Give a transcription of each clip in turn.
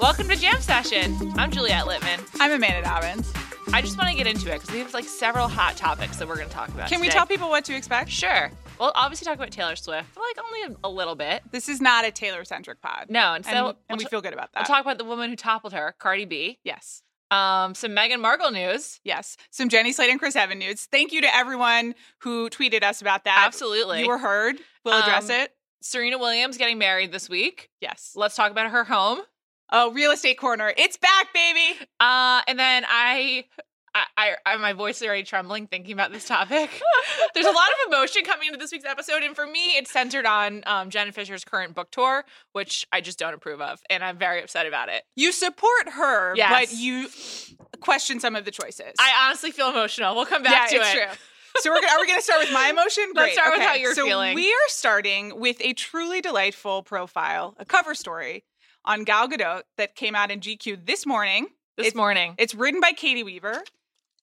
Welcome to Jam Session. I'm Juliette Littman. I'm Amanda Dobbins. I just want to get into it because we have like several hot topics that we're going to talk about. Can we today. tell people what to expect? Sure. We'll obviously talk about Taylor Swift, but like only a, a little bit. This is not a Taylor centric pod. No, and so and, and we'll, we t- feel good about that. we'll talk about the woman who toppled her, Cardi B. yes. Um, some Meghan Markle news. Yes. Some Jenny Slate and Chris Evan nudes. Thank you to everyone who tweeted us about that. Absolutely. You were heard. We'll address Um, it. Serena Williams getting married this week. Yes. Let's talk about her home. Oh, real estate corner. It's back, baby. Uh, and then I, I, I, I, my voice is already trembling thinking about this topic. There's a lot of emotion coming into this week's episode, and for me, it's centered on um, Jenna Fisher's current book tour, which I just don't approve of, and I'm very upset about it. You support her, Yes. but you question some of the choices. I honestly feel emotional. We'll come back yeah, to it's it. true. So we're gonna, are we going to start with my emotion? Let's Great. start with okay. how you're so feeling. We are starting with a truly delightful profile, a cover story on Gal Gadot that came out in GQ this morning. This It's- morning, It's written by Katie Weaver,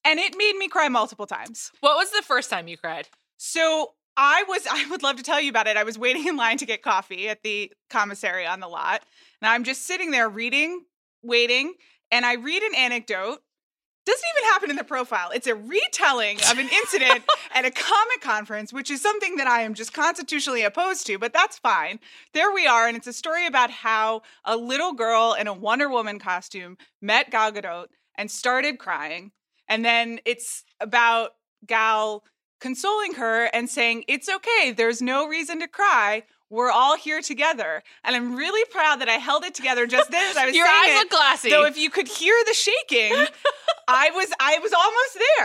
and it made me cry multiple times. what was the first time you cried? So I was I would love to tell you about it. I was waiting in line to get coffee at the commissary on the lot, and I'm just sitting there reading, waiting, and I read an anecdote. Doesn't even happen in the profile. It's a retelling of an incident at a comic conference, which is something that I am just constitutionally opposed to, but that's fine. There we are, and it's a story about how a little girl in a Wonder Woman costume met Gal Gadot and started crying. And then it's about Gal consoling her and saying, It's okay. There's no reason to cry. We're all here together. And I'm really proud that I held it together just then as I was Your saying eyes it. look glassy. So if you could hear the shaking, I was I was almost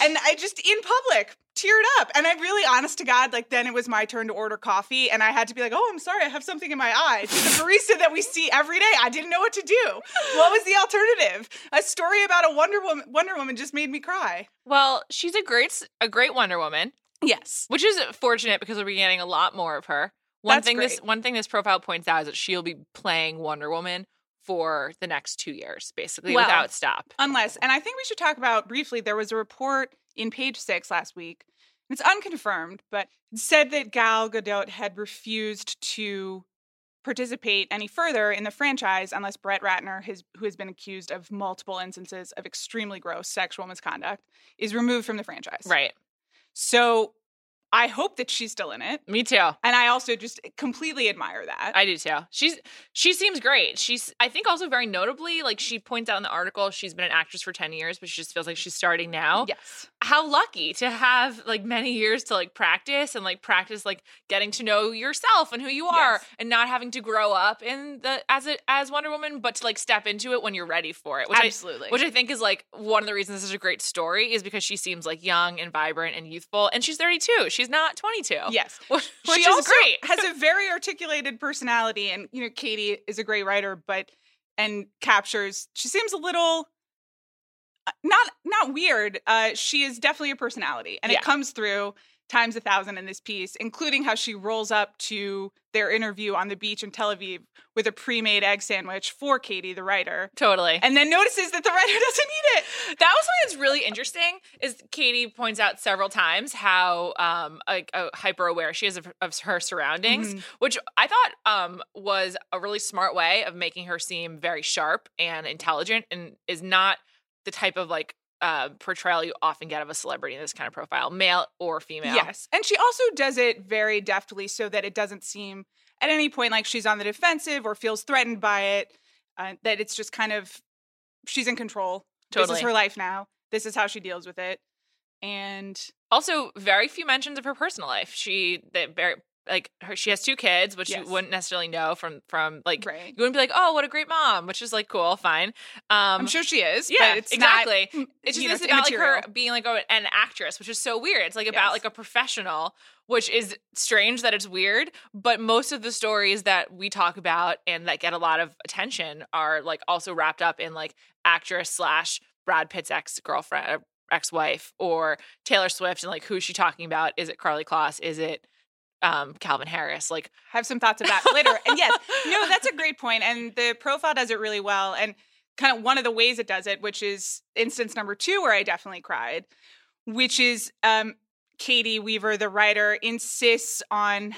there. And I just in public teared up. And I really honest to God, like then it was my turn to order coffee and I had to be like, "Oh, I'm sorry. I have something in my eye." To the barista that we see every day, I didn't know what to do. What was the alternative? A story about a Wonder Woman Wonder Woman just made me cry. well, she's a great, s- a great Wonder Woman. Yes. which is fortunate because we'll be getting a lot more of her. One That's thing this great. one thing this profile points out is that she'll be playing Wonder Woman for the next two years, basically Well, without stop. Unless, and I think we should talk about briefly, there was a report in page six last week. It's unconfirmed, but it said that Gal Gadot had refused to participate any further in the franchise unless Brett Ratner, his, who has been accused of multiple instances of extremely gross sexual misconduct, is removed from the franchise. Right. So I hope that she's still in it. Me too. And I also just completely admire that. I do too. She's she seems great. She's I think also very notably, like she points out in the article, she's been an actress for ten years, but she just feels like she's starting now. yes. How lucky to have like many years to like practice and like practice like getting to know yourself and who you are Yes. and not having to grow up in the as a as Wonder Woman, but to like step into it when you're ready for it. Which I, Absolutely. Which I think is like one of the reasons this is a great story is because she seems like young and vibrant and youthful, and she's 32. She's not 22. yes. which, which she is also great. has a very articulated personality, and you know, Katie is a great writer, but and captures. She seems a little uh, not not weird. Uh, she is definitely a personality, and Yeah. it comes through times a thousand in this piece, including how she rolls up to their interview on the beach in Tel Aviv with a pre-made egg sandwich for Katie, the writer. Totally. And then notices that the writer doesn't eat it. that was something that's really interesting. Is Katie points out several times how um like uh, hyper aware she is of, of her surroundings, Mhm. which I thought um was a really smart way of making her seem very sharp and intelligent, and is not the type of like uh, portrayal you often get of a celebrity in this kind of profile, male or female. Yes. And she also does it very deftly so that it doesn't seem at any point like she's on the defensive or feels threatened by it, uh, that it's just kind of she's in control. totally. This is her life now. This is how she deals with it. And also very few mentions of her personal life she that very like her she has two kids which Yes. you wouldn't necessarily know from from like right. you wouldn't be like oh what a great mom which is like cool fine um I'm sure she is. yeah but it's not- exactly it's just you know, this about like her immaterial. being like a, an actress which is so weird it's like about Yes. like a professional which is strange that it's weird but most of the stories that we talk about and that get a lot of attention are like also wrapped up in like actress slash brad pitt's ex-girlfriend uh, ex-wife or taylor swift and like who's she talking about is it carly Kloss? is it um calvin harris like have some thoughts about that later. And yes, no, that's a great point. And the profile does it really well. And kind of one of the ways it does it, which is instance number two, where I definitely cried, which is um, Katie Weaver, the writer, insists on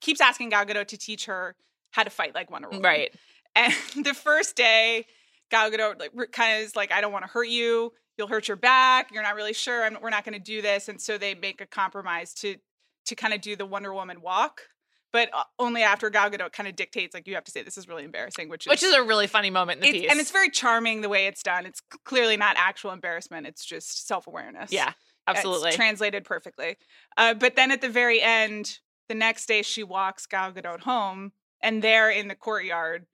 keeps asking Gal Gadot to teach her how to fight like Wonder Woman. right And the first day, Gal Gadot like re- kind of is like, "I don't want to hurt you. You'll hurt your back. You're not really sure. I'm, we're not going to do this." And so they make a compromise to to kind of do the Wonder Woman walk, but uh, only after Gal Gadot kind of dictates, like, "You have to say this is really embarrassing," which is which is a really funny moment in the it's- piece. and it's very charming the way it's done. It's c- clearly not actual embarrassment. It's just self awareness. yeah, absolutely. It's translated perfectly. Uh, but then at the very end, the next day she walks Gal Gadot home, and there in the courtyard,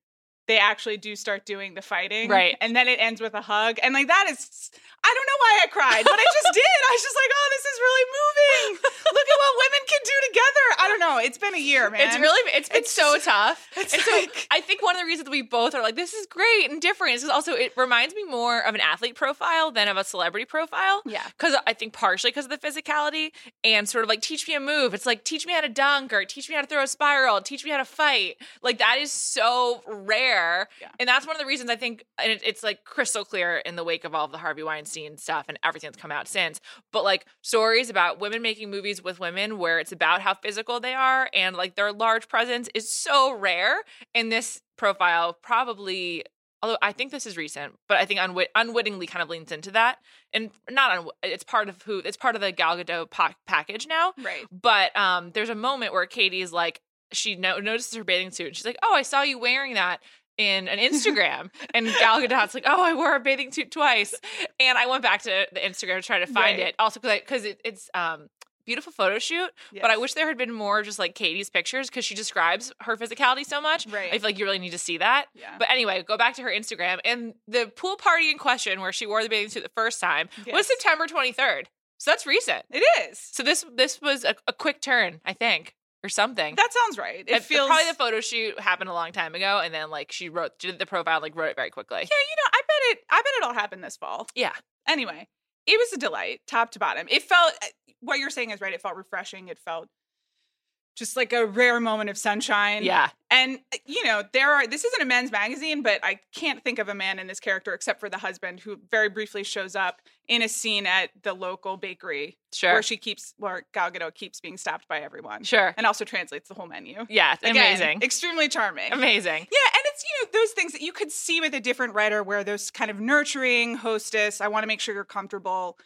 they actually do start doing the fighting. Right. And then it ends with a hug. And like that is, I don't know why I cried, but I just did. I was just like, oh, this is really moving. Look at what women can do together. I don't know. It's been a year, man. It's really it's been It's- so tough. it's and so like- I think one of the reasons we both are like this is great and different is 'cause also it reminds me more of an athlete profile than of a celebrity profile. Yeah. Because I think partially because of the physicality and sort of like teach me a move. It's like teach me how to dunk or teach me how to throw a spiral, teach me how to fight. Like that is so rare. Yeah. And that's one of the reasons I think, and it, it's like crystal clear in the wake of all the Harvey Weinstein stuff and everything that's come out since. But like stories about women making movies with women where it's about how physical they are and like their large presence is so rare. And this profile probably. Although I think this is recent, but I think unwit- unwittingly kind of leans into that, and not unw- it's part of who it's part of the Gal Gadot pa- package now. Right. But um, there's a moment where Katie's like, she no- notices her bathing suit, and she's like, "Oh, I saw you wearing that." In an Instagram, and Gal Gadot's like, "Oh, I wore a bathing suit twice," and I went back to the Instagram to try to find Right. it. Also, because it, it's um beautiful photo shoot, but I Yes. wish there had been more just like Katie's pictures because she describes her physicality so much. Right. I feel like you really need to see that. Yeah. But anyway, go back to her Instagram, and the pool party in question where she wore the bathing suit the first time was Yes. September 23rd, so that's recent. It is. So this this was a, a quick turn, I think, or something. That sounds right. It And feels probably the photo shoot happened a long time ago, and then like she wrote did the profile, like wrote it very quickly. Yeah, you know, I bet it. I bet it all happened this fall. Yeah, Anyway, it was a delight, top to bottom. It felt eh, what you're saying is right. It felt refreshing. It felt just like a rare moment of sunshine. yeah, And eh, you know, there are. This isn't a men's magazine, but I can't think of a man in this character except for the husband, who very briefly shows up in a scene at the local bakery sure, where she keeps, where Gal Gadot keeps being stopped by everyone, sure, and also translates the whole menu. yeah, Again, amazing, extremely charming. amazing. Yeah, and it's you know those things that you could see with a different writer, where those kind of nurturing hostess, I want to make sure you're comfortable.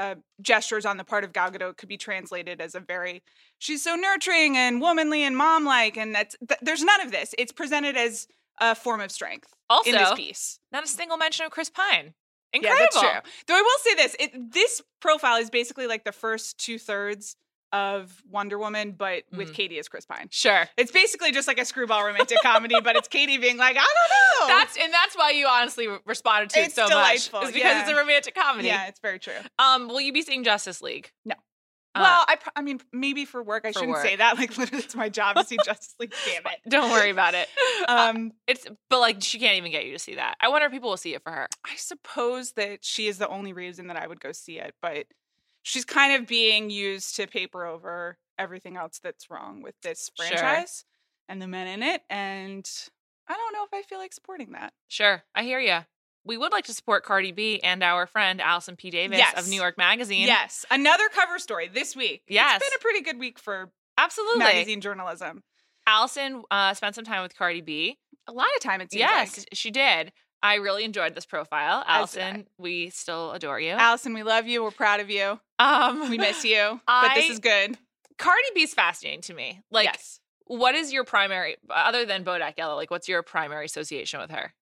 Uh, gestures on the part of Gal Gadot could be translated as a very she's so nurturing and womanly and mom like, and that's th- there's none of this. It's presented as a form of strength Also, in this piece. not a single mention of Chris Pine. Yeah, Incredible. that's true. Though I will say this: it, this profile is basically like the first two thirds of Wonder Woman, but with Mhm. Katie as Chris Pine. Sure. It's basically just like a screwball romantic comedy, but it's Katie being like, I don't know. That's and that's why you honestly re- responded to Oh. It's it so delightful, much. It's because yeah. it's a romantic comedy. Yeah, it's very true. Um, will you be seeing Justice League? No. Uh, well, I, pr- I mean, maybe for work, I For shouldn't say work. that. Like, literally, it's my job to see Justice League. Damn it. don't worry about it. Um, It's but like she can't even get you to see that. I wonder if people will see it for her. I suppose that she is the only reason that I would go see it, but she's kind of being used to paper over everything else that's wrong with this Sure. franchise and the men in it. And I don't know if I feel like supporting that. Sure, I hear you. We would like to support Cardi B and our friend Allison P. Davis Yes. of New York Magazine. Yes, another cover story this week. Yes. it's been a pretty good week for absolutely. magazine journalism. Allison uh, spent some time with Cardi B. A lot of time, it seems. yes, like. she did. I really enjoyed this profile, As- Allison. we still adore you. Allison, we love you. We're proud of you. um, We miss you. but I- this is good. Cardi B's fascinating to me. Like, what is your primary other than Bodak Yellow? Like, what's your primary association with her?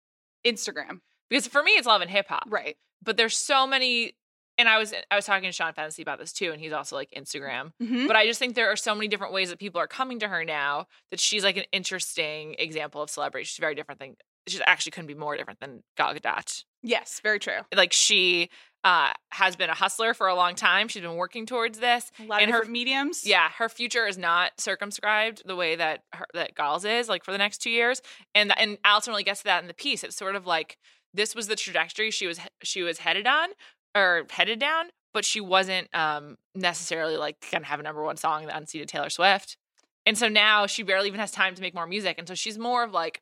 Instagram. Because for me, it's love and hip hop. Right. But there's so many, and I was I was talking to Sean Fantasy about this too, and he's also like Instagram. Mhm. But I just think there are so many different ways that people are coming to her now that she's like an interesting example of celebrity. She's very different than she actually couldn't be more different than Gal Gadot. Yes, very true. Like she uh, has been a hustler for a long time. She's been working towards this. A lot And of her- different mediums. Yeah, her future is not circumscribed the way that her, that Gal's is like for the next two years, and and Allison really gets to that in the piece. It's sort of like this was the trajectory she was she was headed on or headed down, but she wasn't um necessarily like gonna have a number one song that unseated Taylor Swift, and so now she barely even has time to make more music, and so she's more of like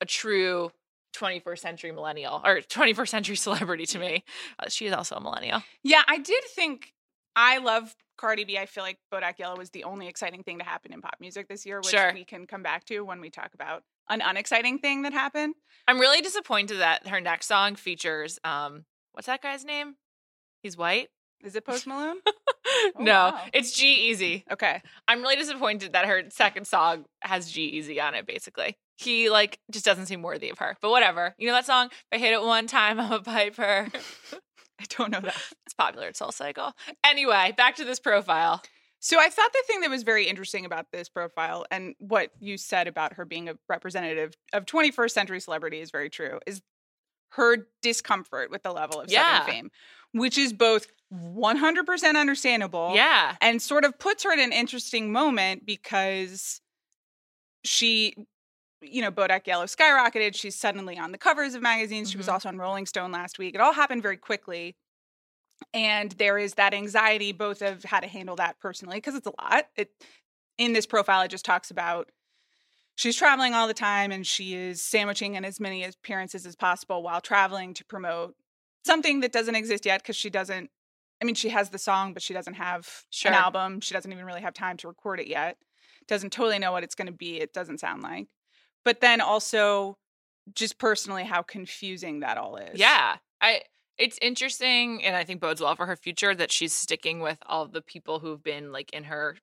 a true. 21st century millennial or 21st century celebrity to me. Uh, she is also a millennial. Yeah, I did think I love Cardi B. I feel like Bodak Yellow was the only exciting thing to happen in pop music this year, which Sure. we can come back to when we talk about an unexciting thing that happened. I'm really disappointed that her next song features um what's that guy's name? He's white? Oh, Is it Post Malone? no, wow. it's G Easy. okay. I'm really disappointed that her second song has G Easy on it, basically. He like just doesn't seem worthy of her. But whatever. You know that song? If I hit it one time, I'm a piper. I don't know that. it's popular at Soul Cycle. Anyway, back to this profile. So I thought the thing that was very interesting about this profile and what you said about her being a representative of 21st century celebrity is very true. Is her discomfort with the level of Yeah. Southern fame, which is both 100% understandable Yeah. and sort of puts her at an interesting moment because she you know bodak yellow skyrocketed she's suddenly on the covers of magazines she was Mhm. also on rolling stone last week it all happened very quickly and there is that anxiety both of how to handle that personally because it's a lot it in this profile it just talks about she's traveling all the time and she is sandwiching in as many appearances as possible while traveling to promote something that doesn't exist yet because she doesn't i mean she has the song but she doesn't have Sure. an album she doesn't even really have time to record it yet doesn't totally know what it's going to be it doesn't sound like but then also just personally how confusing that all is Yeah. I it's interesting and I think bodes well for her future that she's sticking with all of the people who've been like in her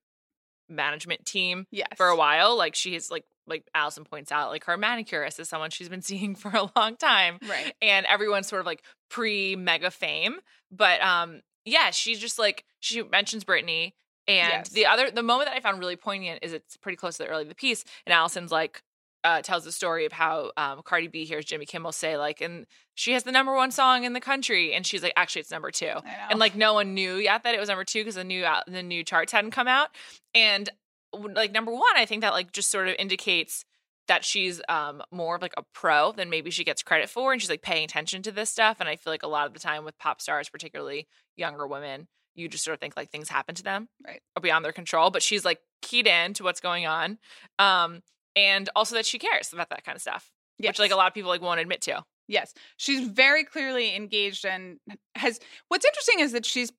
management team yes for a while. Like she is like like Allison points out, like her manicurist is someone she's been seeing for a long time. right And everyone's sort of like pre mega fame. But um yeah, she's just like she mentions Brittany. And Yes. the other the moment that I found really poignant is it's pretty close to the early of the piece. And Allison's like uh, tells the story of how um, Cardi B hears Jimmy Kimmel say like, and she has the number one song in the country, and she's like, actually, it's number two I know. and like no one knew yet that it was number two because the new out the new charts hadn't come out and w- like number one i think that like just sort of indicates that she's um more of like a pro than maybe she gets credit for and she's like paying attention to this stuff and i feel like a lot of the time with pop stars particularly younger women you just sort of think like things happen to them Right. or beyond their control but she's like keyed in to what's going on um and also that she cares about that kind of stuff yes. which like a lot of people like won't admit to Yes. She's very clearly engaged and has what's interesting is that she's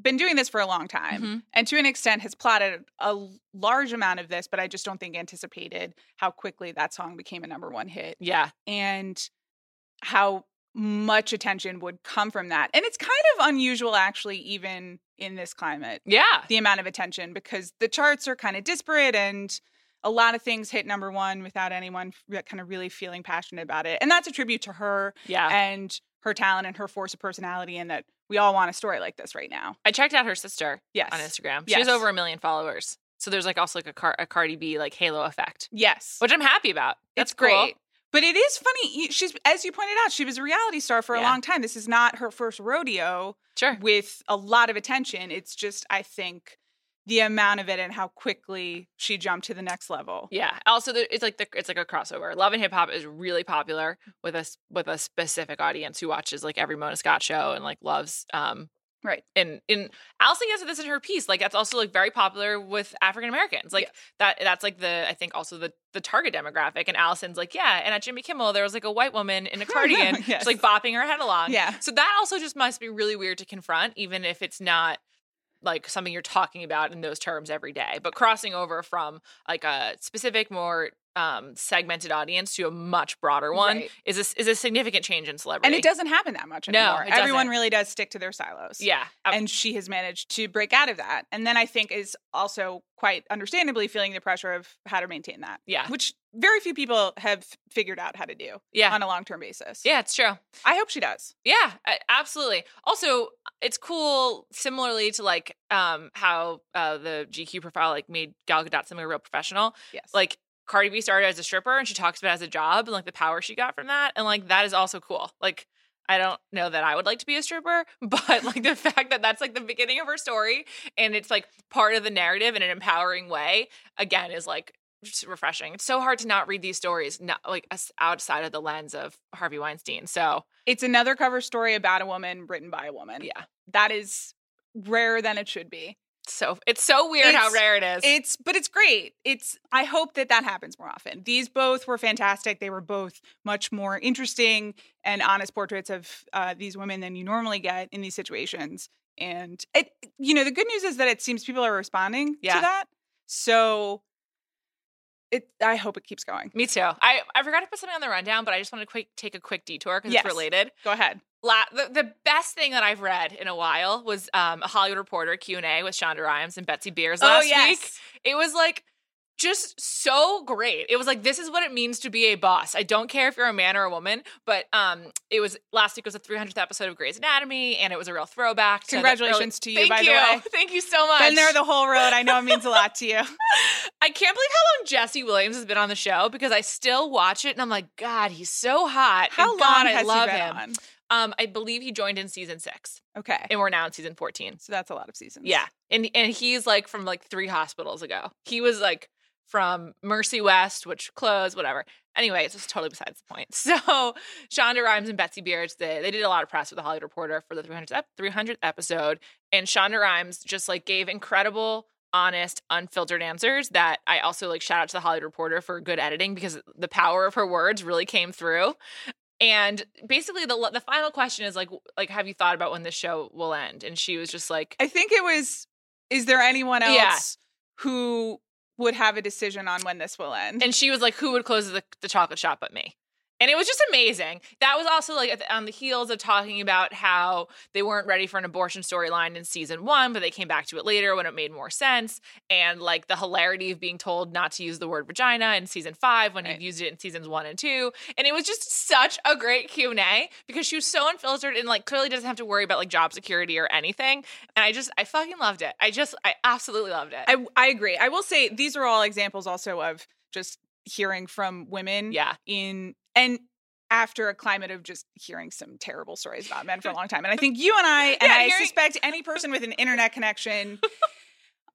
been doing this for a long time Mhm. and to an extent has plotted a large amount of this, but I just don't think anticipated how quickly that song became a number one hit yeah and how much attention would come from that. And it's kind of unusual actually even in this climate yeah the amount of attention because the charts are kind of disparate and a lot of things hit number 1 without anyone kind of really feeling passionate about it. And that's a tribute to her yeah and her talent and her force of personality and that we all want a story like this right now. i checked out her sister Yes. on Instagram. She has Yes. over a million followers. So there's like also like a, Car- a Cardi B like halo effect, Yes. which I'm happy about. That's it's great. But it is funny. you- She's as you pointed out, she was a reality star for a Yeah. long time. This is not her first rodeo Sure. with a lot of attention. It's just I think the amount of it and how quickly she jumped to the next level. Yeah. Also, the, it's like the it's like a crossover. Love and hip hop is really popular with us with a specific audience who watches like every Mona Scott show and like loves um Right. and in Alison gets at this in her piece. Like that's also like very popular with African Americans. Like that that's like the I think also the the target demographic. And Allison's like yeah. And at Jimmy Kimmel there was like a white woman in a cardigan Yes. just like bopping her head along. Yeah. So that also just must be really weird to confront, even if it's not like something you're talking about in those terms every day. But crossing over from like a specific, more um, segmented audience to a much broader one Right. is a, is a significant change in celebrity. And it doesn't happen that much No, anymore. it Everyone doesn't. really does stick to their silos. Yeah. Uh, and she has managed to break out of that. And then I think is also quite understandably feeling the pressure of how to maintain that. yeah. which very few people have figured out how to do Yeah. on a long term basis. Yeah. It's true. I hope she does. Yeah, a- absolutely. Also, it's cool similarly to like um how uh the GQ profile like made Gal Gadot seem like a real professional. Yes. Like Cardi B started as a stripper and she talks about it as a job and like the power she got from that and like that is also cool. Like I don't know that I would like to be a stripper, but like the fact that that's like the beginning of her story and it's like part of the narrative in an empowering way again is like just refreshing. It's so hard to not read these stories not like us- outside of the lens of Harvey Weinstein. So, it's another cover story about a woman written by a woman. yeah. That is rarer than it should be. So it's so weird how It's- rare it is. It's but it's great. It's I hope that that happens more often. These both were fantastic. They were both much more interesting and honest portraits of uh, these women than you normally get in these situations. And it, you know, the good news is that it seems people are responding Yeah. to that. So it, I hope it keeps going. Me too. I, I forgot to put something on the rundown, but I just want to quick take a quick detour because Yes. it's related. Go ahead. La- the, the best thing that I've read in a while was um, a Hollywood Reporter Q and A with Shonda Rhimes and Betsy Oh, Beers last week. oh, It was like just so great. It was like this is what it means to be a boss. I don't care if you're a man or a woman, but um, it was last week was the 300th episode of Grey's Anatomy, and it was a real throwback. to the early- Congratulations to you, Thank by you. the way. Thank you so much. Been there the whole road. I know it means a lot to you. I can't believe how long Jesse Williams has been on the show because I still watch it and I'm like, God, he's so hot. How and long God, has I love he been him. on? Um, I believe he joined in season six, Okay, and we're now in season fourteen. so that's a lot of seasons. Yeah, and and he's like from like three hospitals ago. He was like from Mercy West, which closed, whatever. Anyway, it's just totally besides the point. So Shonda Rhimes and Betsy Beards, they, they did a lot of press with the Hollywood Reporter for the 300th, ep- 300th episode, and Shonda Rhimes just like gave incredible, honest, unfiltered answers. That I also like shout out to the Hollywood Reporter for good editing because the power of her words really came through. And basically, the the final question is like like Have you thought about when this show will end? And she was just like, I think it was. Is there anyone else Yeah. who would have a decision on when this will end? and she was like, "Who would close the, the chocolate shop but me?" And it was just amazing. That was also like at the- on the heels of talking about how they weren't ready for an abortion storyline in season one, but they came back to it later when it made more sense. And like the hilarity of being told not to use the word vagina in season five when Right. you've used it in seasons one and two. And it was just such a great Q and A because she was so unfiltered and like clearly doesn't have to worry about like job security or anything. And I just I fucking loved it. I just I absolutely loved it. I I agree. I will say these are all examples also of just hearing from women yeah, in and after a climate of just hearing some terrible stories about men for a long time. And I think you and I and Yeah, I hearing- suspect any person with an internet connection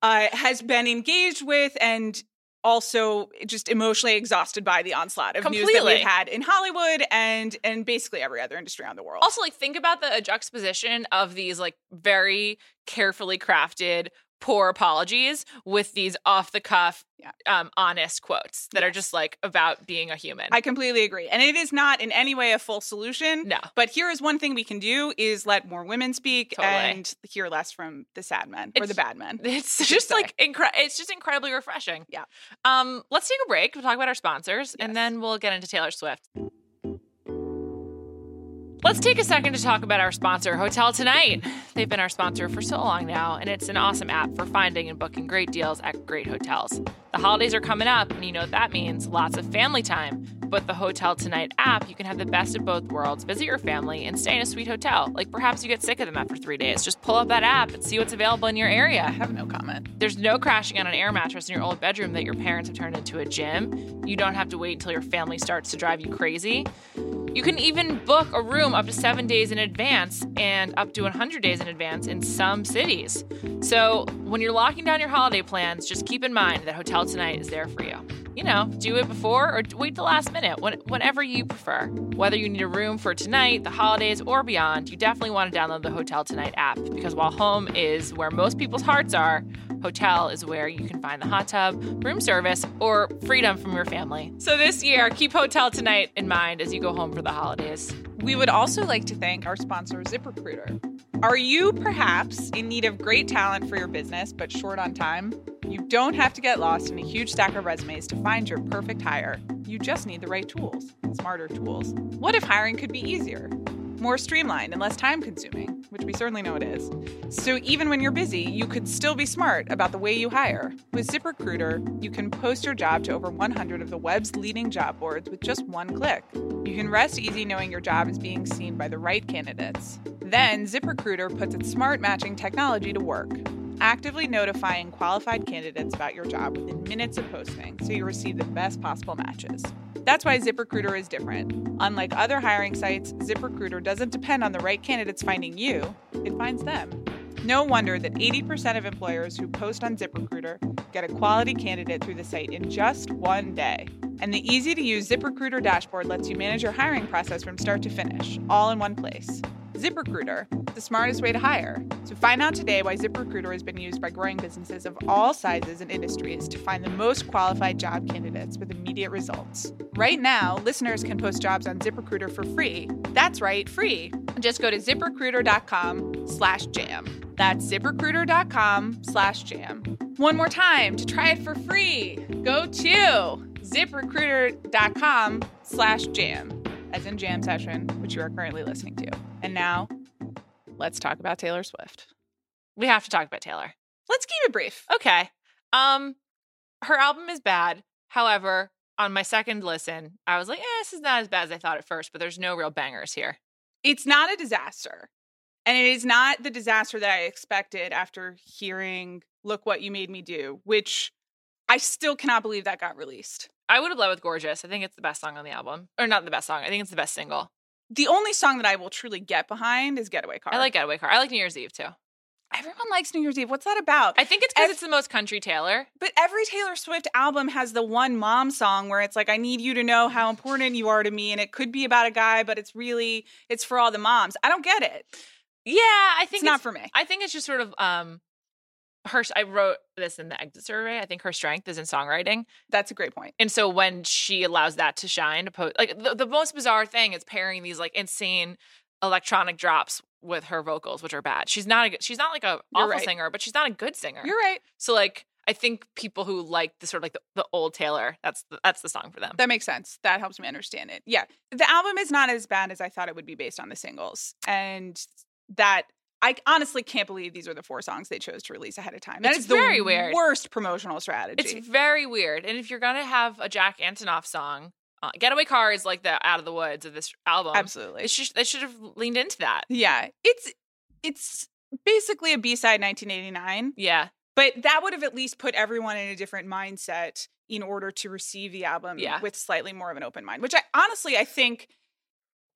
uh, has been engaged with and also just emotionally exhausted by the onslaught of news that Completely. we've had in Hollywood and and basically every other industry around the world. also like think about the uh, juxtaposition of these like very carefully crafted poor apologies with these off the cuff Yeah. um honest quotes that are Yes. just like about being a human I completely agree. And it is not in any way a full solution. no But here is one thing we can do is let more women speak Totally. and hear less from the sad men or the It's- bad men. it's should just say. like incre- it's just incredibly refreshing Yeah. um let's take a break we'll talk about our sponsors Yes. and then we'll get into taylor swift Let's take a second to talk about our sponsor, Hotel Tonight. They've been our sponsor for so long now, and it's an awesome app for finding and booking great deals at great hotels. The holidays are coming up, and you know what that means lots of family time. But the Hotel Tonight app, you can have the best of both worlds, visit your family, and stay in a sweet hotel. Like perhaps you get sick of them after three days. Just pull up that app and see what's available in your area. have no comment. There's no crashing on an air mattress in your old bedroom that your parents have turned into a gym. You don't have to wait until your family starts to drive you crazy. You can even book a room up to seven days in advance and up to 100 days in advance in some cities. So when you're locking down your holiday plans, just keep in mind that Hotel Tonight is there for you. You know, do it before or wait the last minute, when, whenever you prefer. Whether you need a room for tonight, the holidays, or beyond, you definitely want to download the Hotel Tonight app because while home is where most people's hearts are, Hotel is where you can find the hot tub, room service, or freedom from your family. So this year, keep Hotel Tonight in mind as you go home for the holidays. We would also like to thank our sponsor, ZipRecruiter. Are you perhaps in need of great talent for your business but short on time? You don't have to get lost in a huge stack of resumes to find your perfect hire. You just need the right tools, smarter tools. What if hiring could be easier? More streamlined and less time consuming, which we certainly know it is. So even when you're busy, you could still be smart about the way you hire. With ZipRecruiter, you can post your job to over 100 of the web's leading job boards with just one click. You can rest easy knowing your job is being seen by the right candidates. Then ZipRecruiter puts its smart matching technology to work, actively notifying qualified candidates about your job within minutes of posting so you receive the best possible matches. That's why ZipRecruiter is different. Unlike other hiring sites, ZipRecruiter doesn't depend on the right candidates finding you, it finds them. No wonder that 80% of employers who post on ZipRecruiter get a quality candidate through the site in just one day. And the easy to use ZipRecruiter dashboard lets you manage your hiring process from start to finish, all in one place. ZipRecruiter, the smartest way to hire. So find out today why ZipRecruiter has been used by growing businesses of all sizes and industries to find the most qualified job candidates with immediate results. Right now, listeners can post jobs on ZipRecruiter for free. That's right, free. Just go to ziprecruiter.com slash jam. That's ziprecruiter.com slash jam. One more time to try it for free. Go to ziprecruiter.com slash jam, as in jam session, which you are currently listening to. Mm-hmm. And now let's talk about Taylor Swift. We have to talk about Taylor. Let's keep it brief. Okay. Um, her album is bad. However, on my second listen, I was like, eh, this is not as bad as I thought at first, but there's no real bangers here. It's not a disaster. And it is not the disaster that I expected after hearing Look What You Made Me Do, which I still cannot believe that got released. I would have led with Gorgeous. I think it's the best song on the album. Or not the best song. I think it's the best single. The only song that I will truly get behind is Getaway Car. I like Getaway Car. I like New Year's Eve too. Everyone likes New Year's Eve. What's that about? I think it's because Ev- it's the most country Taylor. but every Taylor Swift album has the one mom song where it's like, I need you to know how important you are to me. And it could be about a guy, but it's really, it's for all the moms. I don't get it. Yeah, I think It's not for me. I think it's just sort of um her I wrote this in the exit survey. I think her strength is in songwriting. That's a great point. And so when she allows that to shine, opposed, like the, the most bizarre thing is pairing these like insane electronic drops with her vocals, which are bad. She's not a good, she's not like a awful right. singer, but she's not a good singer. You're right. so like I think people who like the sort of like the, the old Taylor, that's the, that's the song for them. That makes sense. That helps me understand it. Yeah. The album is not as bad as I thought it would be based on the singles. And that I honestly can't believe these are the four songs they chose to release ahead of time. That is It's very weird. worst promotional strategy. It's very weird. And if you're gonna have a Jack Antonoff song, uh, "Getaway Car" is like the out of the woods of this album. Absolutely. They should they should have leaned into that. Yeah. It's it's basically a B-side 1989, Yeah, but that would have at least put everyone in a different mindset in order to receive the album Yeah. with slightly more of an open mind, which I honestly I think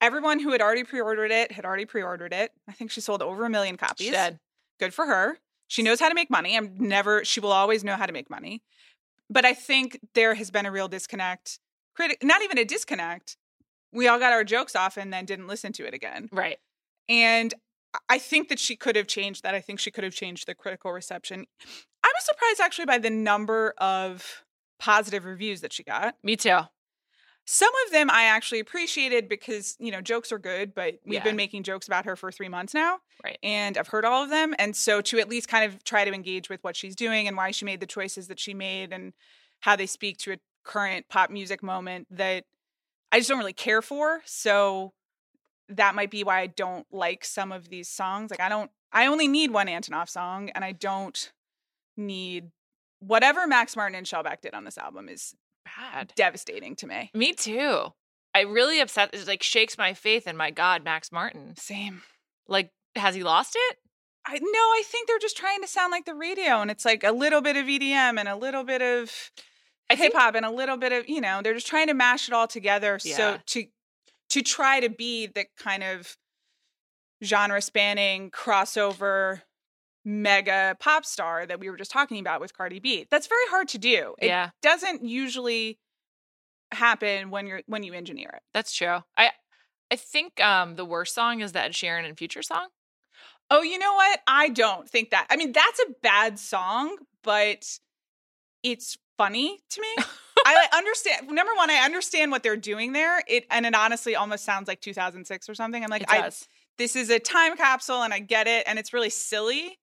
everyone who had already pre-ordered it had already pre-ordered it. I think she sold over a million copies. she did. good for her. She knows how to make money. I'm never, she will always know how to make money. But I think there has been a real disconnect, criti- not even a disconnect. We all got our jokes off and then didn't listen to it again. Right. And I- I think that she could have changed that. I think she could have changed the critical reception. I was surprised actually by the number of positive reviews that she got. Me too. Some of them I actually appreciated because, you know, jokes are good, but we've Yeah. been making jokes about her for three months now. Right. And I've heard all of them. And so to at least kind of try to engage with what she's doing and why she made the choices that she made and how they speak to a current pop music moment that I just don't really care for. So that might be why I don't like some of these songs. Like I don't I only need one Antonoff song and I don't need whatever Max Martin and Shellback did on this album is Bad. devastating to me. Me too. I really upset. It like shakes my faith in my God, Max Martin. Same. Like, has he lost it? I no, I think they're just trying to sound like the radio, and it's like a little bit of EDM and a little bit of I hip think- hop and a little bit of you know. They're just trying to mash it all together. So Yeah. to to try to be the kind of genre spanning crossover mega pop star that we were just talking about with Cardi B. That's very hard to do. It yeah, doesn't usually happen when you're when you engineer it. that's true. I I think um the worst song is that Ed Sheeran and Future song. Oh, you know what? I don't think that. I mean, that's a bad song, but it's funny to me. I like, understand. Number one, I understand what they're doing there. It and it honestly almost sounds like 2006 or something. I'm like, it I, does. this is a time capsule, and I get it, and it's really silly,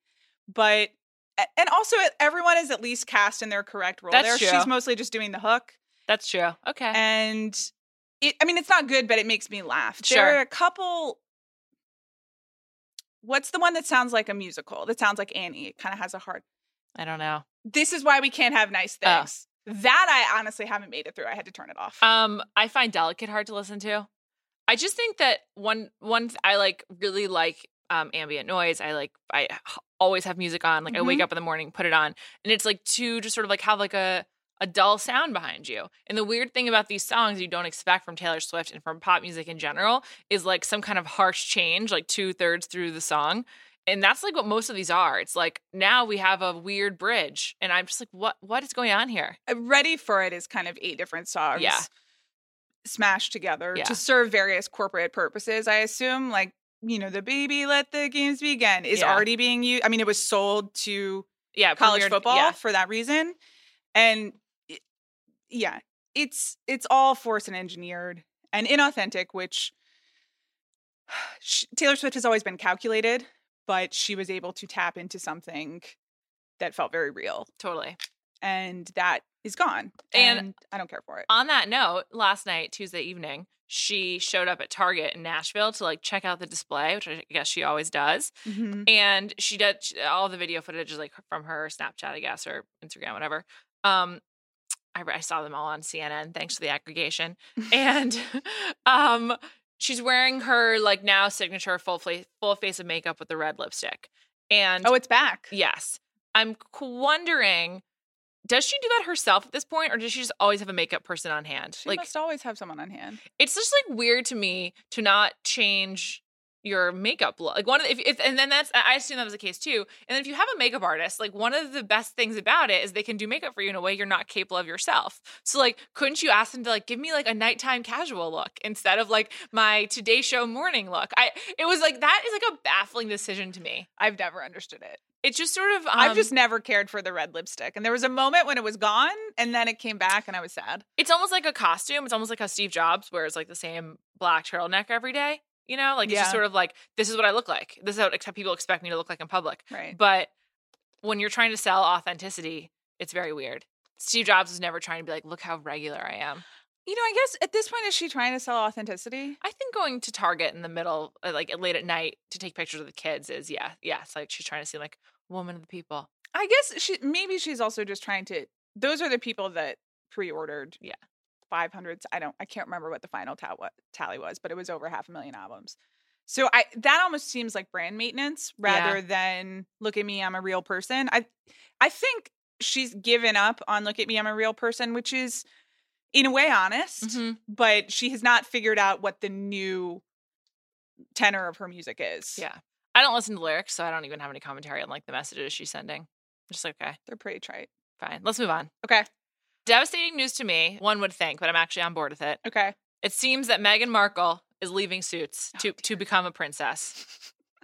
but a- and also everyone is at least cast in their correct role. That's there, true. she's mostly just doing the hook, That's true. Okay. and it. I mean, it's not good, but it makes me laugh. There Sure. are a couple. What's the one that sounds like a musical? That sounds like Annie. It kind of has a heart I don't know. this is why we can't have nice Oh. things. That I honestly haven't made it through. I had to turn it off. Um, I find delicate hard to listen to. I just think that one one th- I like really like um ambient noise. I like I h- always have music on. Like I Mm-hmm. wake up in the morning, put it on, and it's like to just sort of like have like a a dull sound behind you. And the weird thing about these songs you don't expect from Taylor Swift and from pop music in general is like some kind of harsh change, like two thirds through the song. And that's like what most of these are. It's like now we have a weird bridge, and I'm just like, what what is going on here? Uh, Ready for It is kind of eight different songs Yeah. smashed together Yeah. to serve various corporate purposes, I assume. Like you know, the baby let the games begin is Yeah. already being used. I mean, it was sold to uh, Yeah, college premiered- football Yeah. for that reason. And it- yeah, it's it's all forced and engineered and inauthentic, which sh Taylor Swift has always been calculated, but she was able to tap into something that felt very real, Totally. and that is gone. And- I don't care for it. on that note, last night, Tuesday evening, she showed up at Target in Nashville to like check out the display, which I guess she always does. Mhm. And she did she- all the video footage is like from her Snapchat, I guess, or Instagram, whatever. Um, I, I saw them all on CNN thanks to the aggregation. And um, she's wearing her like now signature full face, full face of makeup with the red lipstick. And Oh, it's back. Yes. I'm qu- wondering, does she do that herself at this point, or does she just always have a makeup person on hand? She like, must always have someone on hand. it's just like weird to me to not change your makeup look. Like one of the, if, if and then that's I I assume that was the case too. And if you have a makeup artist, like one of the best things about it is they can do makeup for you in a way you're not capable of yourself. So like, couldn't you ask them to like give me like a nighttime casual look instead of like my Today Show morning look? I it was like that is like a baffling decision to me. I've never understood it. It's just sort of um, I've just never cared for the red lipstick. And there was a moment when it was gone and then it came back and I was sad. it's almost like a costume. It's almost like how Steve Jobs wears like the same black turtleneck every day. You know, like it's Yeah. just sort of like this is what I look like. This is how ex- people expect me to look like in public. Right. But when you're trying to sell authenticity, it's very weird. Steve Jobs was never trying to be like, look how regular I am. You know, I guess at this point, is she trying to sell authenticity? I think going to Target in the middle, uh, like late at night, to take pictures of the kids is yeah, yeah. It's like she's trying to seem like woman of the people. I guess she maybe she's also just trying to. Those are the people that pre-ordered. Yeah. five hundreds. I don't. I can't remember what the final ta- what tally was, but it was over half a million albums. So I that almost seems like brand maintenance rather than look at me, I'm a real person. I I think she's given up on look at me, I'm a real person, which is in a way honest, Mm-hmm. but she has not figured out what the new tenor of her music is. Yeah, I don't listen to lyrics, so I don't even have any commentary on like the messages she's sending. just like, okay, They're pretty trite. fine. Let's move on. Okay. Devastating news to me, one would think, but I'm actually on board with it. Okay. It seems that Meghan Markle is leaving Suits Oh, to, to become a princess.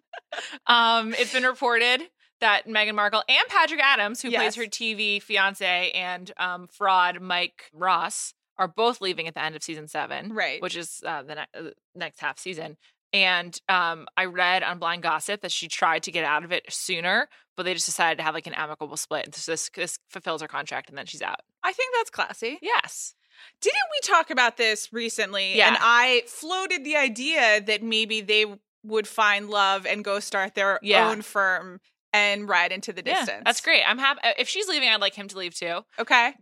um, it's been reported that Meghan Markle and Patrick Adams, who Yes. plays her TV fiance and um, fraud Mike Ross, are both leaving at the end of season seven, Right. which is uh, the ne- uh, next half season. And um, I read on Blind Gossip that she tried to get out of it sooner, but they just decided to have like an amicable split. And so this, this fulfills her contract, and then she's out. I think that's classy. Yes. Didn't we talk about this recently? Yeah. And I floated the idea that maybe they would find love and go start their Yeah. own firm and ride into the distance. Yeah, that's great. I'm happy. If she's leaving, I'd like him to leave too. Okay.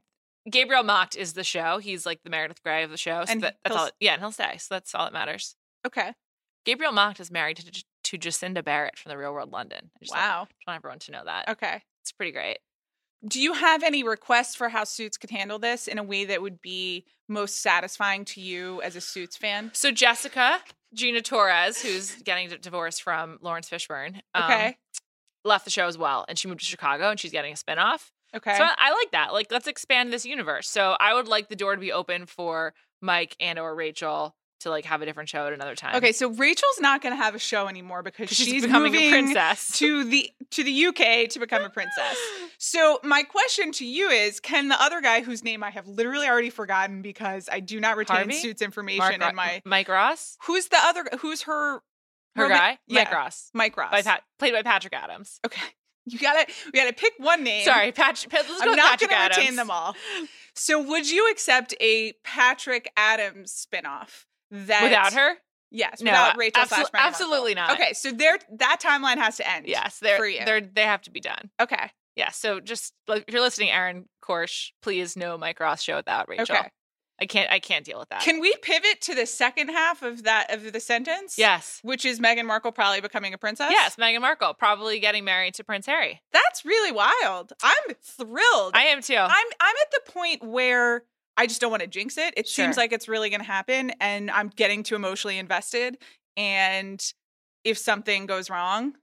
Gabriel Mocked is the show. He's like the Meredith Grey of the show. So And that, that's he'll- all. Yeah, and he'll stay. So that's all that matters. Okay. Gabriel Mocked is married to, J- to Jacinda Barrett from the Real World London. I just like- Wow. want everyone to know that. Okay. It's pretty great. Do you have any requests for how Suits could handle this in a way that would be most satisfying to you as a Suits fan? So Jessica Gina Torres, who's getting d- divorced from Lawrence Fishburne, um, Okay. left the show as well, and she moved to Chicago, and she's getting a spinoff. okay. So I, I like that. Like, let's expand this universe. So I would like the door to be open for Mike and or Rachel to like have a different show at another time. okay. So Rachel's not going to have a show anymore because 'Cause she's, she's, becoming moving a princess. to the to the UK to become a princess. So my question to you is: Can the other guy, whose name I have literally already forgotten because I do not retain Harvey? Suits information Mark Ro- in my Mike Ross, who's the other who's her her Roman- guy, Mike yeah. Ross, Mike Ross? by Pat, played by Patrick Adams. okay, you gotta we gotta pick one name. Sorry, Patrick. Let's go I'm with not Patrick gonna Adams. retain them all. So would you accept a Patrick Adams spinoff that without her. Yes, No, without Rachel. abso- slash Meghan Markle. absolutely not. Okay, so there that timeline has to end. Yes, they're For you. they're they have to be done. Okay. Yeah. So just like, if you're listening, Aaron Korsh, please no Mike Ross show without Rachel. Okay. I can't. I can't deal with that. Can we pivot to the second half of that of the sentence? yes. which is Meghan Markle probably becoming a princess. Yes, Meghan Markle probably getting married to Prince Harry. that's really wild. I'm thrilled. I am too. I'm I'm at the point where I just don't want to jinx it. It seems Sure. like it's really going to happen, and I'm getting too emotionally invested. And if something goes wrong,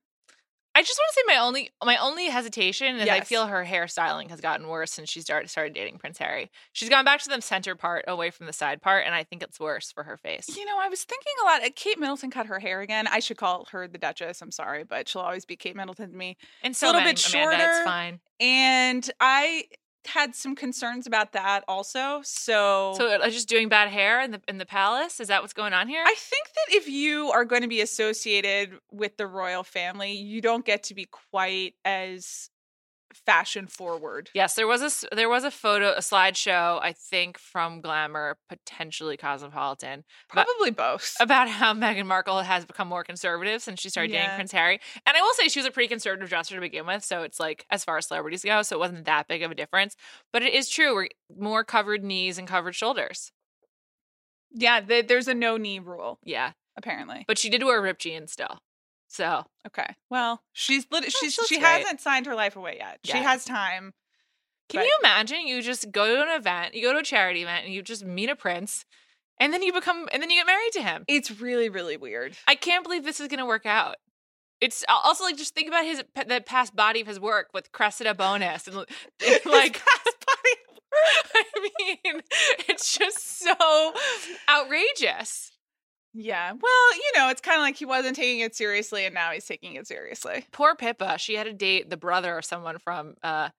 I just want to say my only my only hesitation is I Yes. feel her hairstyling has gotten worse since she started started dating Prince Harry. She's gone back to the center part away from the side part, and I think it's worse for her face. You know, I was thinking a lot. uh, Kate Middleton cut her hair again. I should call her the Duchess. I'm sorry, but she'll always be Kate Middleton to me. And so little men, bit Amanda, shorter. it's fine. And I had some concerns about that also. So, So uh, just doing bad hair in the in the palace is that what's going on here? I think that if you are going to be associated with the royal family, you don't get to be quite as fashion forward. Yes, there was a s- there was a photo a slideshow I think from Glamour potentially Cosmopolitan But- um, Probably both. about how Meghan Markle has become more conservative since she started dating Yeah. Prince Harry. And I will say she was a pretty conservative dresser to begin with, so it's like as far as celebrities go, so it wasn't that big of a difference. But it is true, we're more covered knees and covered shoulders. yeah, th- there's a no knee rule Yeah, apparently. but she did wear ripped jeans still. So Okay. Well, she's lit- she's she looks she great. hasn't signed her life away yet. She Yeah. has time. can But- you imagine? You just go to an event, you go to a charity event, and you just meet a prince, and then you become and then you get married to him. It's really really weird. I can't believe this is going to work out. It's al- also like just think about his p- the past body of his work with Cressida Bonus and l- and, like I mean, it's just so outrageous. Yeah. Well, you know, it's kind of like he wasn't taking it seriously and now he's taking it seriously. Poor Pippa, she had to date the brother of someone from uh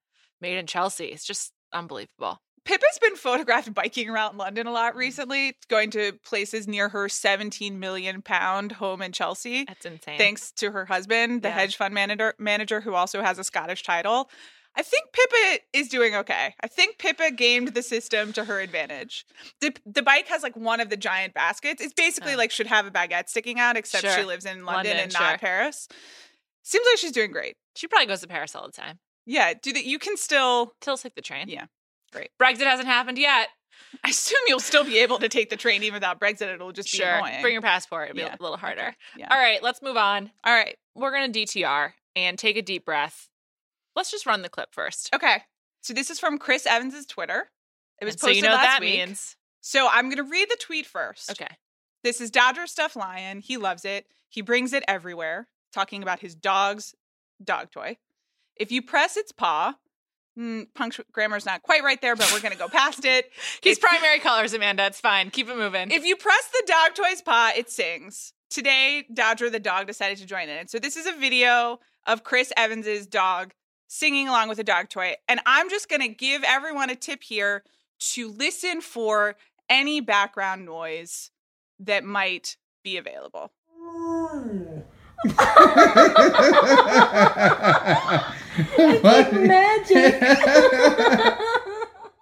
Made in Chelsea. It's just unbelievable. Pippa's been photographed biking around London a lot recently, going to places near her 17 million pound home in Chelsea. That's insane. Thanks to her husband, the Yeah. hedge fund manager, manager who also has a Scottish title. I think Pippa is doing okay. I think Pippa gamed the system to her advantage. The, the bike has like one of the giant baskets. It's basically Oh. like should have a baguette sticking out, except she Sure. lives in London, London, and sure. not Paris. Seems like she's doing great. She probably goes to Paris all the time. Yeah, do that. You can still. Till take the train. Yeah. Great. Brexit hasn't happened yet. I assume you'll still be able to take the train even without Brexit. It'll just be Sure. annoying. Bring your passport. It'll be Yeah. a little harder. Yeah. All right, let's move on. All right. We're going to DTR and take a deep breath. Let's just run the clip first. Okay. So this is from Chris Evans's Twitter. It was And posted so you know what last that week. means. So I'm going to read the tweet first. Okay. This is Dodger Stuff Lion. He loves it. He brings it everywhere, talking about his dog's dog toy. If you press its paw, mm, punctu- grammar's not quite right there, but we're going to go past it. He's If- primary colors, Amanda. It's fine. Keep it moving. If you press the dog toy's paw, it sings. Today, Dodger the dog decided to join in. So this is a video of Chris Evans's dog singing along with a dog toy. And I'm just going to give everyone a tip here to listen for any background noise that might be available. what? magic.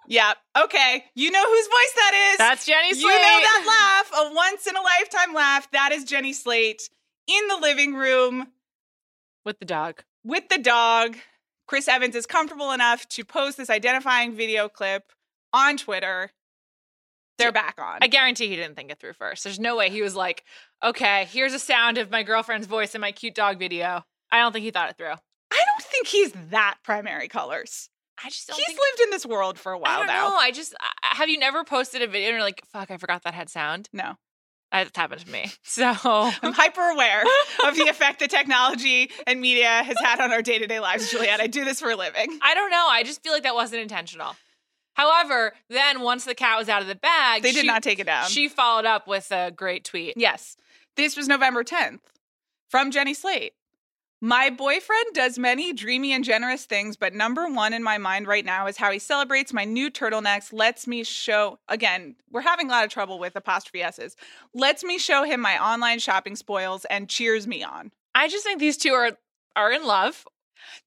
Yeah. Okay. You know whose voice that is. That's Jenny Slate. you know that laugh, a once in a lifetime laugh. That is Jenny Slate in the living room with the dog. with the dog. Chris Evans is comfortable enough to post this identifying video clip on Twitter. They're back on. I guarantee he didn't think it through first. There's no way he was like, okay, here's a sound of my girlfriend's voice in my cute dog video. I don't think he thought it through. I don't think he's that primary colors. I just don't He's think. lived in this world for a I while don't now. know. I just I- I, have you never posted a video and you're like, fuck, I forgot that had sound. No, That's happened to me. So I'm hyper aware of the effect that technology and media has had on our day to day lives, Juliet. I do this for a living. I don't know. I just feel like that wasn't intentional. However, then once the cat was out of the bag, They did she- not take it down. She followed up with a great tweet. Yes. This was November 10th from Jenny Slate. My boyfriend does many dreamy and generous things, but number one in my mind right now is how he celebrates my new turtlenecks, lets me show, again, we're having a lot of trouble with apostrophe S's, lets me show him my online shopping spoils and cheers me on. I just think these two are are in love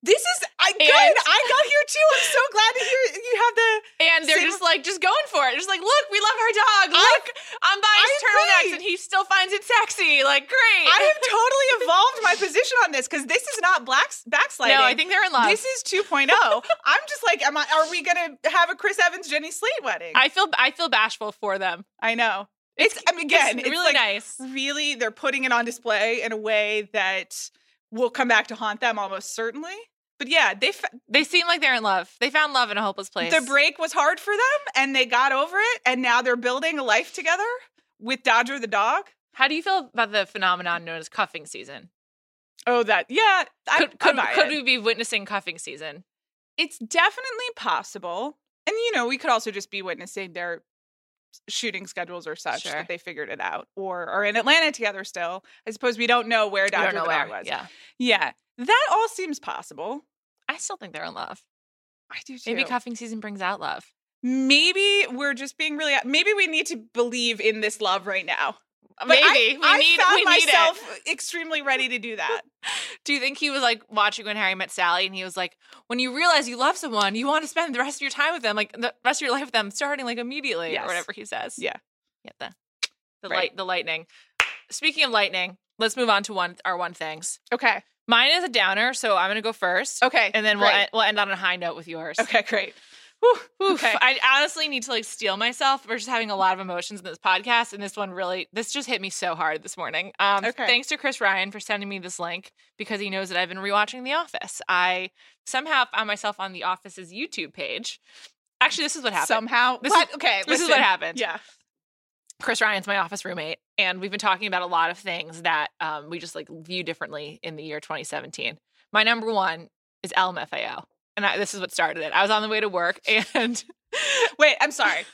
This is, I, good. And- I got here too. I'm so glad to hear you have the, And they're Same- just like, just going for it. Just like, look, we love our dog. I- Look, I, am buying his I agree. turtlenecks, and he still finds it sexy. Like, great. I have totally evolved my position on this because this is not black, backsliding. no, I think they're in love. This is 2.0. I'm just like, am I, are we going to have a Chris Evans Jenny Slate wedding? I feel I feel bashful for them. I know. It's, I mean, again, it's it's, really like, nice. Really, they're putting it on display in a way that will come back to haunt them almost certainly. But yeah, they f- They seem like they're in love. They found love in a hopeless place. the break was hard for them, and they got over it, and now they're building a life together with Dodger the dog. How do you feel about the phenomenon known as cuffing season? Oh, that yeah. I, Could I could, buy could it. we be witnessing cuffing season? it's definitely possible. And you know, we could also just be witnessing their shooting schedules or such Sure. that they figured it out, or are in Atlanta together still. I suppose we don't know where I Dodger don't know the where. Dog was. Yeah, Yeah. that all seems possible. I still think they're in love. I do too. Maybe cuffing season brings out love. maybe we're just being really. Maybe we need to believe in this love right now. But Maybe we I, I need found we need it. myself extremely ready to do that. Do you think he was like watching when Harry met Sally and he was like, when you realize you love someone, you want to spend the rest of your time with them, like the rest of your life with them, starting like immediately Yes. or whatever he says. Yeah. Yeah. The, the Right. light the lightning. Speaking of lightning, let's move on to one our one things. okay. Mine is a downer, so I'm gonna go first. Okay. And then we'll Oh, great. end, we'll end on a high note with yours. Okay. Great. Oof, okay. I honestly need to like steal myself. We're just having a lot of emotions in this podcast, and this one really, this just hit me so hard this morning. Um, Okay. Thanks to Chris Ryan for sending me this link because he knows that I've been rewatching The Office. I somehow found myself on The Office's YouTube page. Actually, this is what happened. Somehow. This What? okay. this is listen. what happened. Yeah. Chris Ryan's my office roommate, and we've been talking about a lot of things that um, we just like view differently in the year 2017. My number one is LMFAO, and I, this is what started it. I was on the way to work, and Wait. I'm sorry.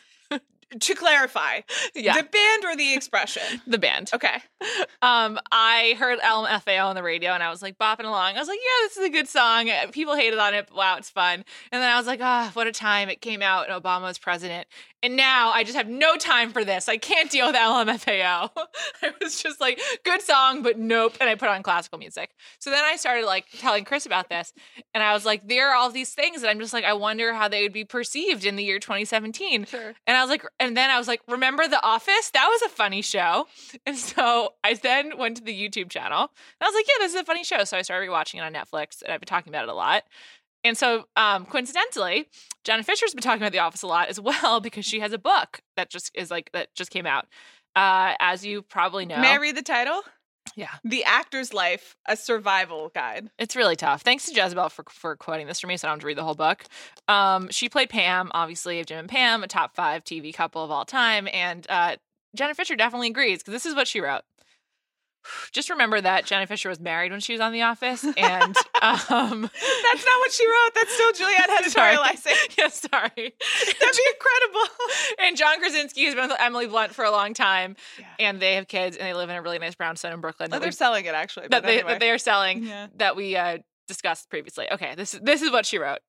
to clarify, yeah, The band or the expression? the band. Okay. Um, I heard LMFAO on the radio and I was like bopping along. I was like, yeah, this is a good song. Uh, People hated on it, but wow, it's fun. And then I was like, ah, what a time it came out and Obama was president. And now I just have no time for this. I can't deal with LMFAO. I was just like, good song, but nope. And I put on classical music. So then I started like telling Chris about this. And I was like, there are all these things. And I'm just like, I wonder how they would be perceived in the year 2017. Sure. And I was like, and then I was like, remember The Office? That was a funny show. And so I then went to the YouTube channel. And I was like, yeah, this is a funny show. So I started rewatching it on Netflix, and I've been talking about it a lot. And so, um, coincidentally, Jenna Fisher's been talking about The Office a lot as well because she has a book that just is like that just came out. Uh, as you probably know, May I read the title? Yeah. The Actor's Life, a Survival Guide. It's really tough. Thanks to Jezebel for for quoting this for me, so I don't have to read the whole book. Um, she played Pam, obviously of Jim and Pam, a top five TV couple of all time, and uh, Jenna Fisher definitely agrees because this is what she wrote. Just remember that Jenna Fisher was married when she was on The Office, and um, That's not what she wrote. That's still Juliet Sorry. editorializing. yeah, sorry. That'd be incredible. And John Krasinski has been with Emily Blunt for a long time, Yeah. and they have kids, and they live in a really nice brownstone in Brooklyn Oh, that, we- they're selling it, actually. that but they anyway. that they are selling. yeah. that we uh, discussed previously. Okay, this is this is what she wrote.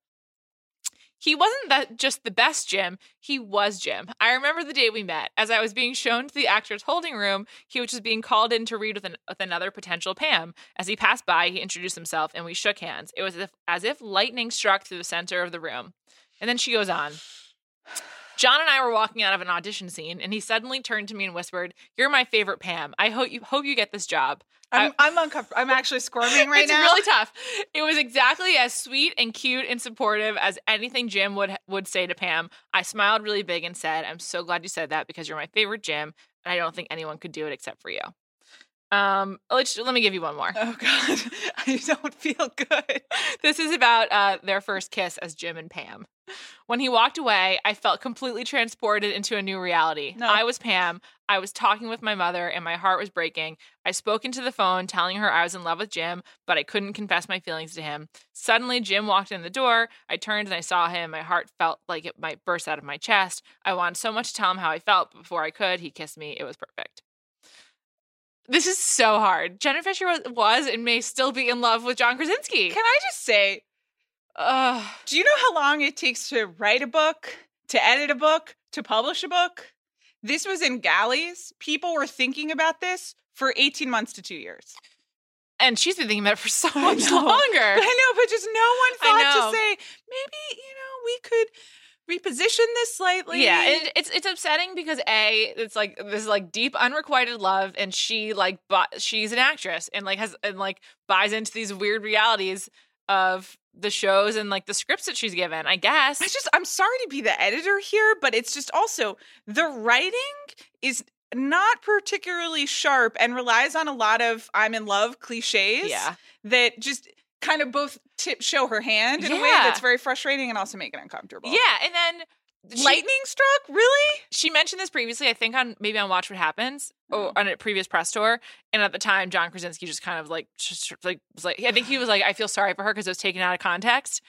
He wasn't that just the best Jim. He was Jim. I remember the day we met. As I was being shown to the actors' holding room, he was just being called in to read with, an, with another potential Pam. As he passed by, he introduced himself and we shook hands. It was as if, as if lightning struck through the center of the room. And then she goes on. John and I were walking out of an audition scene, and he suddenly turned to me and whispered, "You're my favorite Pam. I hope you hope you get this job." I'm, I'm uncomfortable. I'm actually squirming right it's now. really tough. It was exactly as sweet and cute and supportive as anything Jim would would say to Pam. I smiled really big and said, "I'm so glad you said that because you're my favorite Jim, and I don't think anyone could do it except for you." Um, let's, let me give you one more. oh, God. I don't feel good. This is about uh, their first kiss as Jim and Pam. When he walked away, I felt completely transported into a new reality. No. I was Pam. I was talking with my mother, and my heart was breaking. I spoke into the phone, telling her I was in love with Jim, but I couldn't confess my feelings to him. Suddenly, Jim walked in the door. I turned and I saw him. My heart felt like it might burst out of my chest. I wanted so much to tell him how I felt, but before I could, he kissed me. It was perfect. This is so hard. Jenna Fisher was, was and may still be in love with John Krasinski. Can I just say, Ugh. do you know how long it takes to write a book, to edit a book, to publish a book? This was in galleys. People were thinking about this for 18 months to two years. and she's been thinking about it for so I much know. longer. I know, but just no one I thought know. to say maybe you know we could reposition this slightly. Yeah, it, it's it's upsetting because a it's like this is like deep unrequited love, and she like bu- she's an actress and like has and like buys into these weird realities of the shows and like the scripts that she's given. I guess I just I'm sorry to be the editor here, but it's just also the writing is not particularly sharp and relies on a lot of I'm in love cliches. yeah, that just kind of both tip show her hand in a way Yeah. that's very frustrating and also make it uncomfortable. yeah, and then she- lightning struck really. She, she mentioned this previously, I think on maybe on Watch What Happens or on a previous press tour. And at the time, John Krasinski just kind of like, just, like was like, I think he was like, I feel sorry for her because it was taken out of context.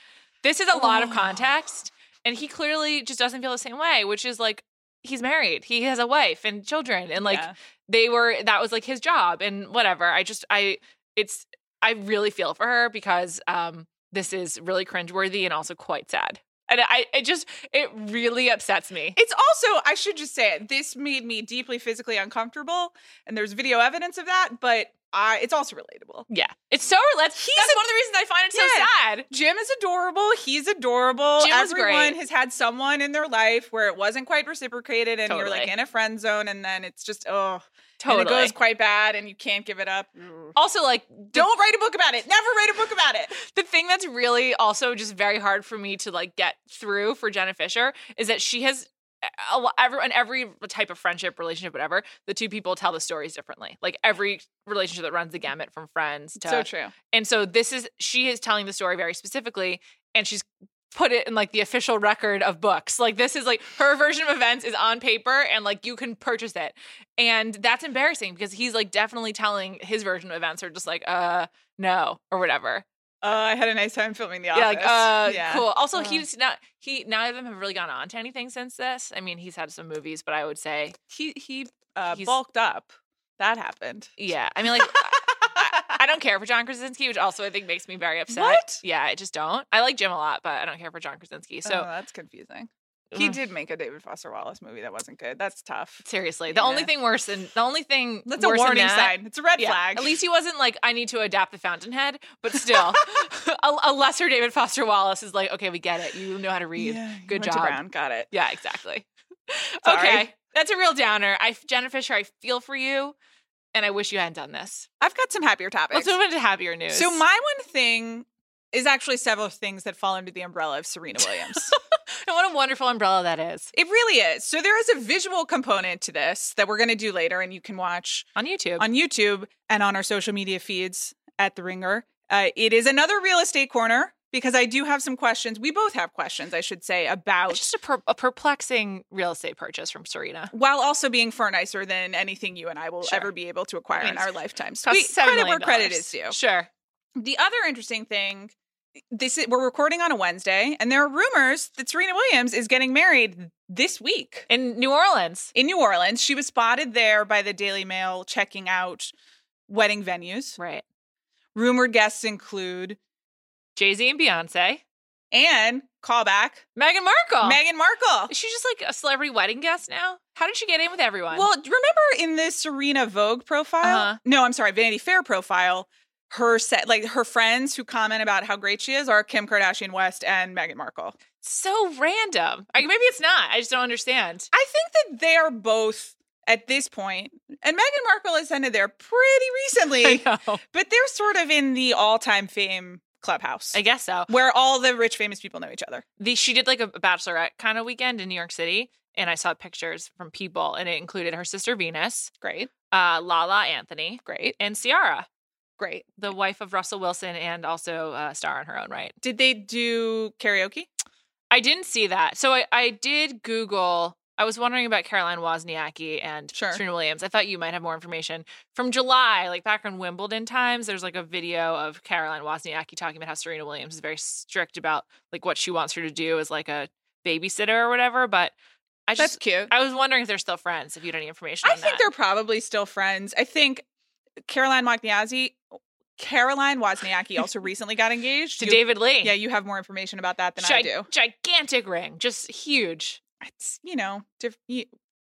This is a lot of Oh. context, and he clearly just doesn't feel the same way, which is like he's married, he has a wife and children, and like Yeah. they were that was like his job and whatever. I just I it's I really feel for her because um this is really cringeworthy and also quite sad. And I it just it really upsets me. It's also, I should just say it, this made me deeply physically uncomfortable, and there's video evidence of that, but I, it's also relatable. Yeah. It's so let's He's that's a- one of the reasons I find it so Yeah. sad. Jim is adorable. He's adorable. Jim was Everyone great. has had someone in their life where it wasn't quite reciprocated, and you're like Totally. in a friend zone, and then it's just, oh, Totally. Mm. and it goes quite bad, and you can't give it up. also like Don't write a book about it. Never write a book about it. the thing that's really also just very hard for me to like get through for Jenna Fisher is that she has e, a lo- every in every type of friendship, relationship, whatever, the two people tell the stories differently. Like every relationship that runs the gamut from friends to So true. and so this is she is telling the story very specifically, and she's put it in like the official record of books. Like this is like her version of events is on paper and like you can purchase it. And that's embarrassing because he's like definitely telling his version of events are just like, uh, no, or whatever. Uh, I had a nice time filming the office. Yeah, like uh Yeah. cool. Also Uh. he's not he neither of them have really gone on to anything since this. I mean he's had some movies, but I would say He he uh, He's- bulked up. That happened. yeah. I mean like I don't care for John Krasinski, which also I think makes me very upset. What? Yeah, I just don't. I like Jim a lot, but I don't care for John Krasinski. So So oh, Mm. that's confusing. He Ugh. did make a David Foster Wallace movie that wasn't good. That's tough. seriously, the only Yeah. thing worse than the only thing That's worse than a warning that- sign. It's a red Yeah, flag. At least he wasn't like I need to adapt the Fountainhead, but still, a, a lesser David Foster Wallace is like, okay, we get it. You know how to read. Yeah, he Good went to job. Brown. Got it. Yeah, exactly. Sorry. Okay, that's a real downer. I, Jenna Fisher, I feel for you, and I wish you hadn't done this. I've got some happier topics. Let's move into happier news. so my one thing is actually several things that fall under the umbrella of Serena Williams. and what a wonderful umbrella that is it really is. So there is a visual component to this that we're going to do later, and you can watch on YouTube. on YouTube and on our social media feeds at The Ringer. Uh, it is another real estate corner because I do have some questions. We both have questions, I should say, about It's just a, per- a perplexing real estate purchase from Serena. while also being far nicer than anything you and I will Sure. ever be able to acquire I mean, in our lifetimes. Cost We- $7 credit million where credit is due. Sure. The other interesting thing, eh, this is, we're recording on a Wednesday, and there are rumors that Serena Williams is getting married this week In New Orleans. in New Orleans. She was spotted there by the Daily Mail checking out wedding venues. Right. Rumored guests include Jay Z and Beyonce. and callback Meghan Markle. Meghan Markle. is she just like a celebrity wedding guest now? How did she get in with everyone? Well, remember in this Serena Vogue profile? Uh-huh. No, I'm sorry, Vanity Fair profile. Her set, like her friends who comment about how great she is, are Kim Kardashian West and Meghan Markle. so random. I, maybe it's not. I just don't understand. I think that they are both at this point, and Meghan Markle ascended there pretty recently, I know. but they're sort of in the all-time fame clubhouse I guess so. where all the rich famous people know each other. The, she did like a bachelorette kind of weekend in New York City, and I saw pictures from people, and it included her sister Venus, Great, uh, Lala Anthony, great, and Ciara, great. the wife of Russell Wilson and also a star in her own right. Did they do karaoke? I didn't see that. So I, I did Google. I was wondering about Caroline Wozniacki and Sure. Serena Williams. I thought you might have more information from July, like back in Wimbledon times. There's like a video of Caroline Wozniacki talking about how Serena Williams is very strict about like what she wants her to do as like a babysitter or whatever. But I That's just cute. I was wondering if they're still friends. If you had any information, I on think that. they're probably still friends. I think Caroline Wozniacki, Caroline Wozniacki also recently got engaged to You- David Lee. Yeah, you have more information about that than I Gi- do. Gigantic ring, just huge. It's you know diff- y-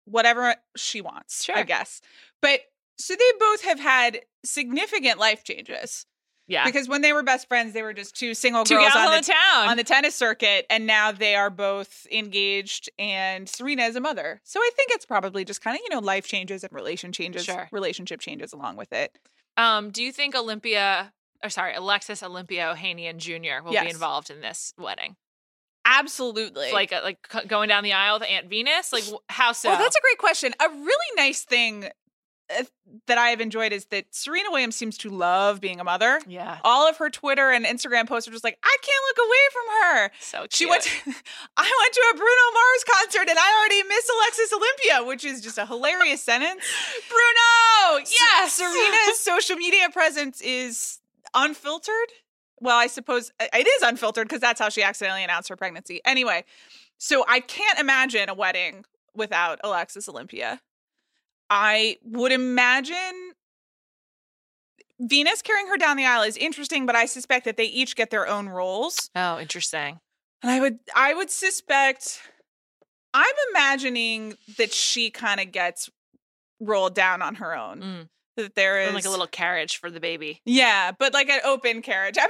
whatever she wants, I Sure. guess. But so they both have had significant life changes Yeah, because when they were best friends, they were just two single two girls gals on the, town. on the tennis circuit, and now they are both engaged, and Serena is a mother. So I think it's probably just kind of you know life changes and relation changes, Sure. relationship changes along with it. Um, do you think Olympia, or sorry, Alexis Olympia Ohanian Jr. will Yes. be involved in this wedding? Absolutely. Like, uh, like c- going down the aisle with Aunt Venus? Like, wh- how so? Oh, that's a great question. A really nice thing uh, that I have enjoyed is that Serena Williams seems to love being a mother. Yeah. All of her Twitter and Instagram posts are just like, I can't look away from her. So cute. She went. To, I went to a Bruno Mars concert and I already miss Alexis Olympia, which is just a hilarious sentence. Bruno. S- Yes. Serena's social media presence is unfiltered. Well, I suppose uh, it is unfiltered because that's how she accidentally announced her pregnancy. Anyway, so I can't imagine a wedding without Alexis Olympia. I would imagine Venus carrying her down the aisle is interesting, but I suspect that they each get their own roles. Oh, interesting. And I would I would suspect I'm imagining that she kind of gets rolled down on her own. Mm. That there is And like a little carriage for the baby. yeah, but like an open carriage. I'm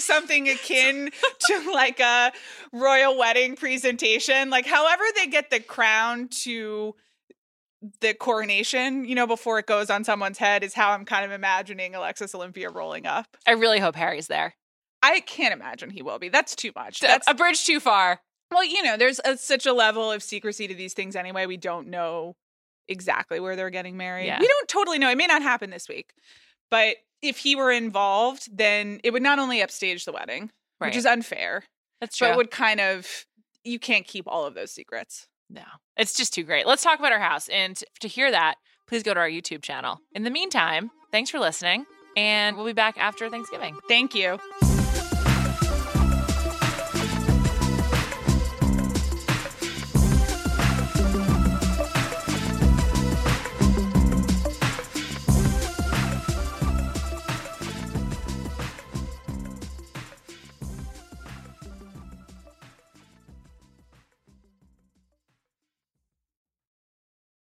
something akin to like a royal wedding presentation. Like, however, they get the crown to the coronation, you know, before it goes on someone's head, is how I'm kind of imagining Alexis Olympia rolling up. I really hope Harry's there. I can't imagine he will be. That's too much. That's That's a bridge too far. well, you know, there's a, such a level of secrecy to these things anyway. We don't know exactly where they're getting married. Yeah. We don't totally know. It may not happen this week, but if he were involved, then it would not only upstage the wedding, Right. which is unfair, That's but would kind of you can't keep all of those secrets. No, it's just too great. Let's talk about our house. And to hear that, please go to our YouTube channel. In the meantime, thanks for listening. And we'll be back after Thanksgiving. Thank you.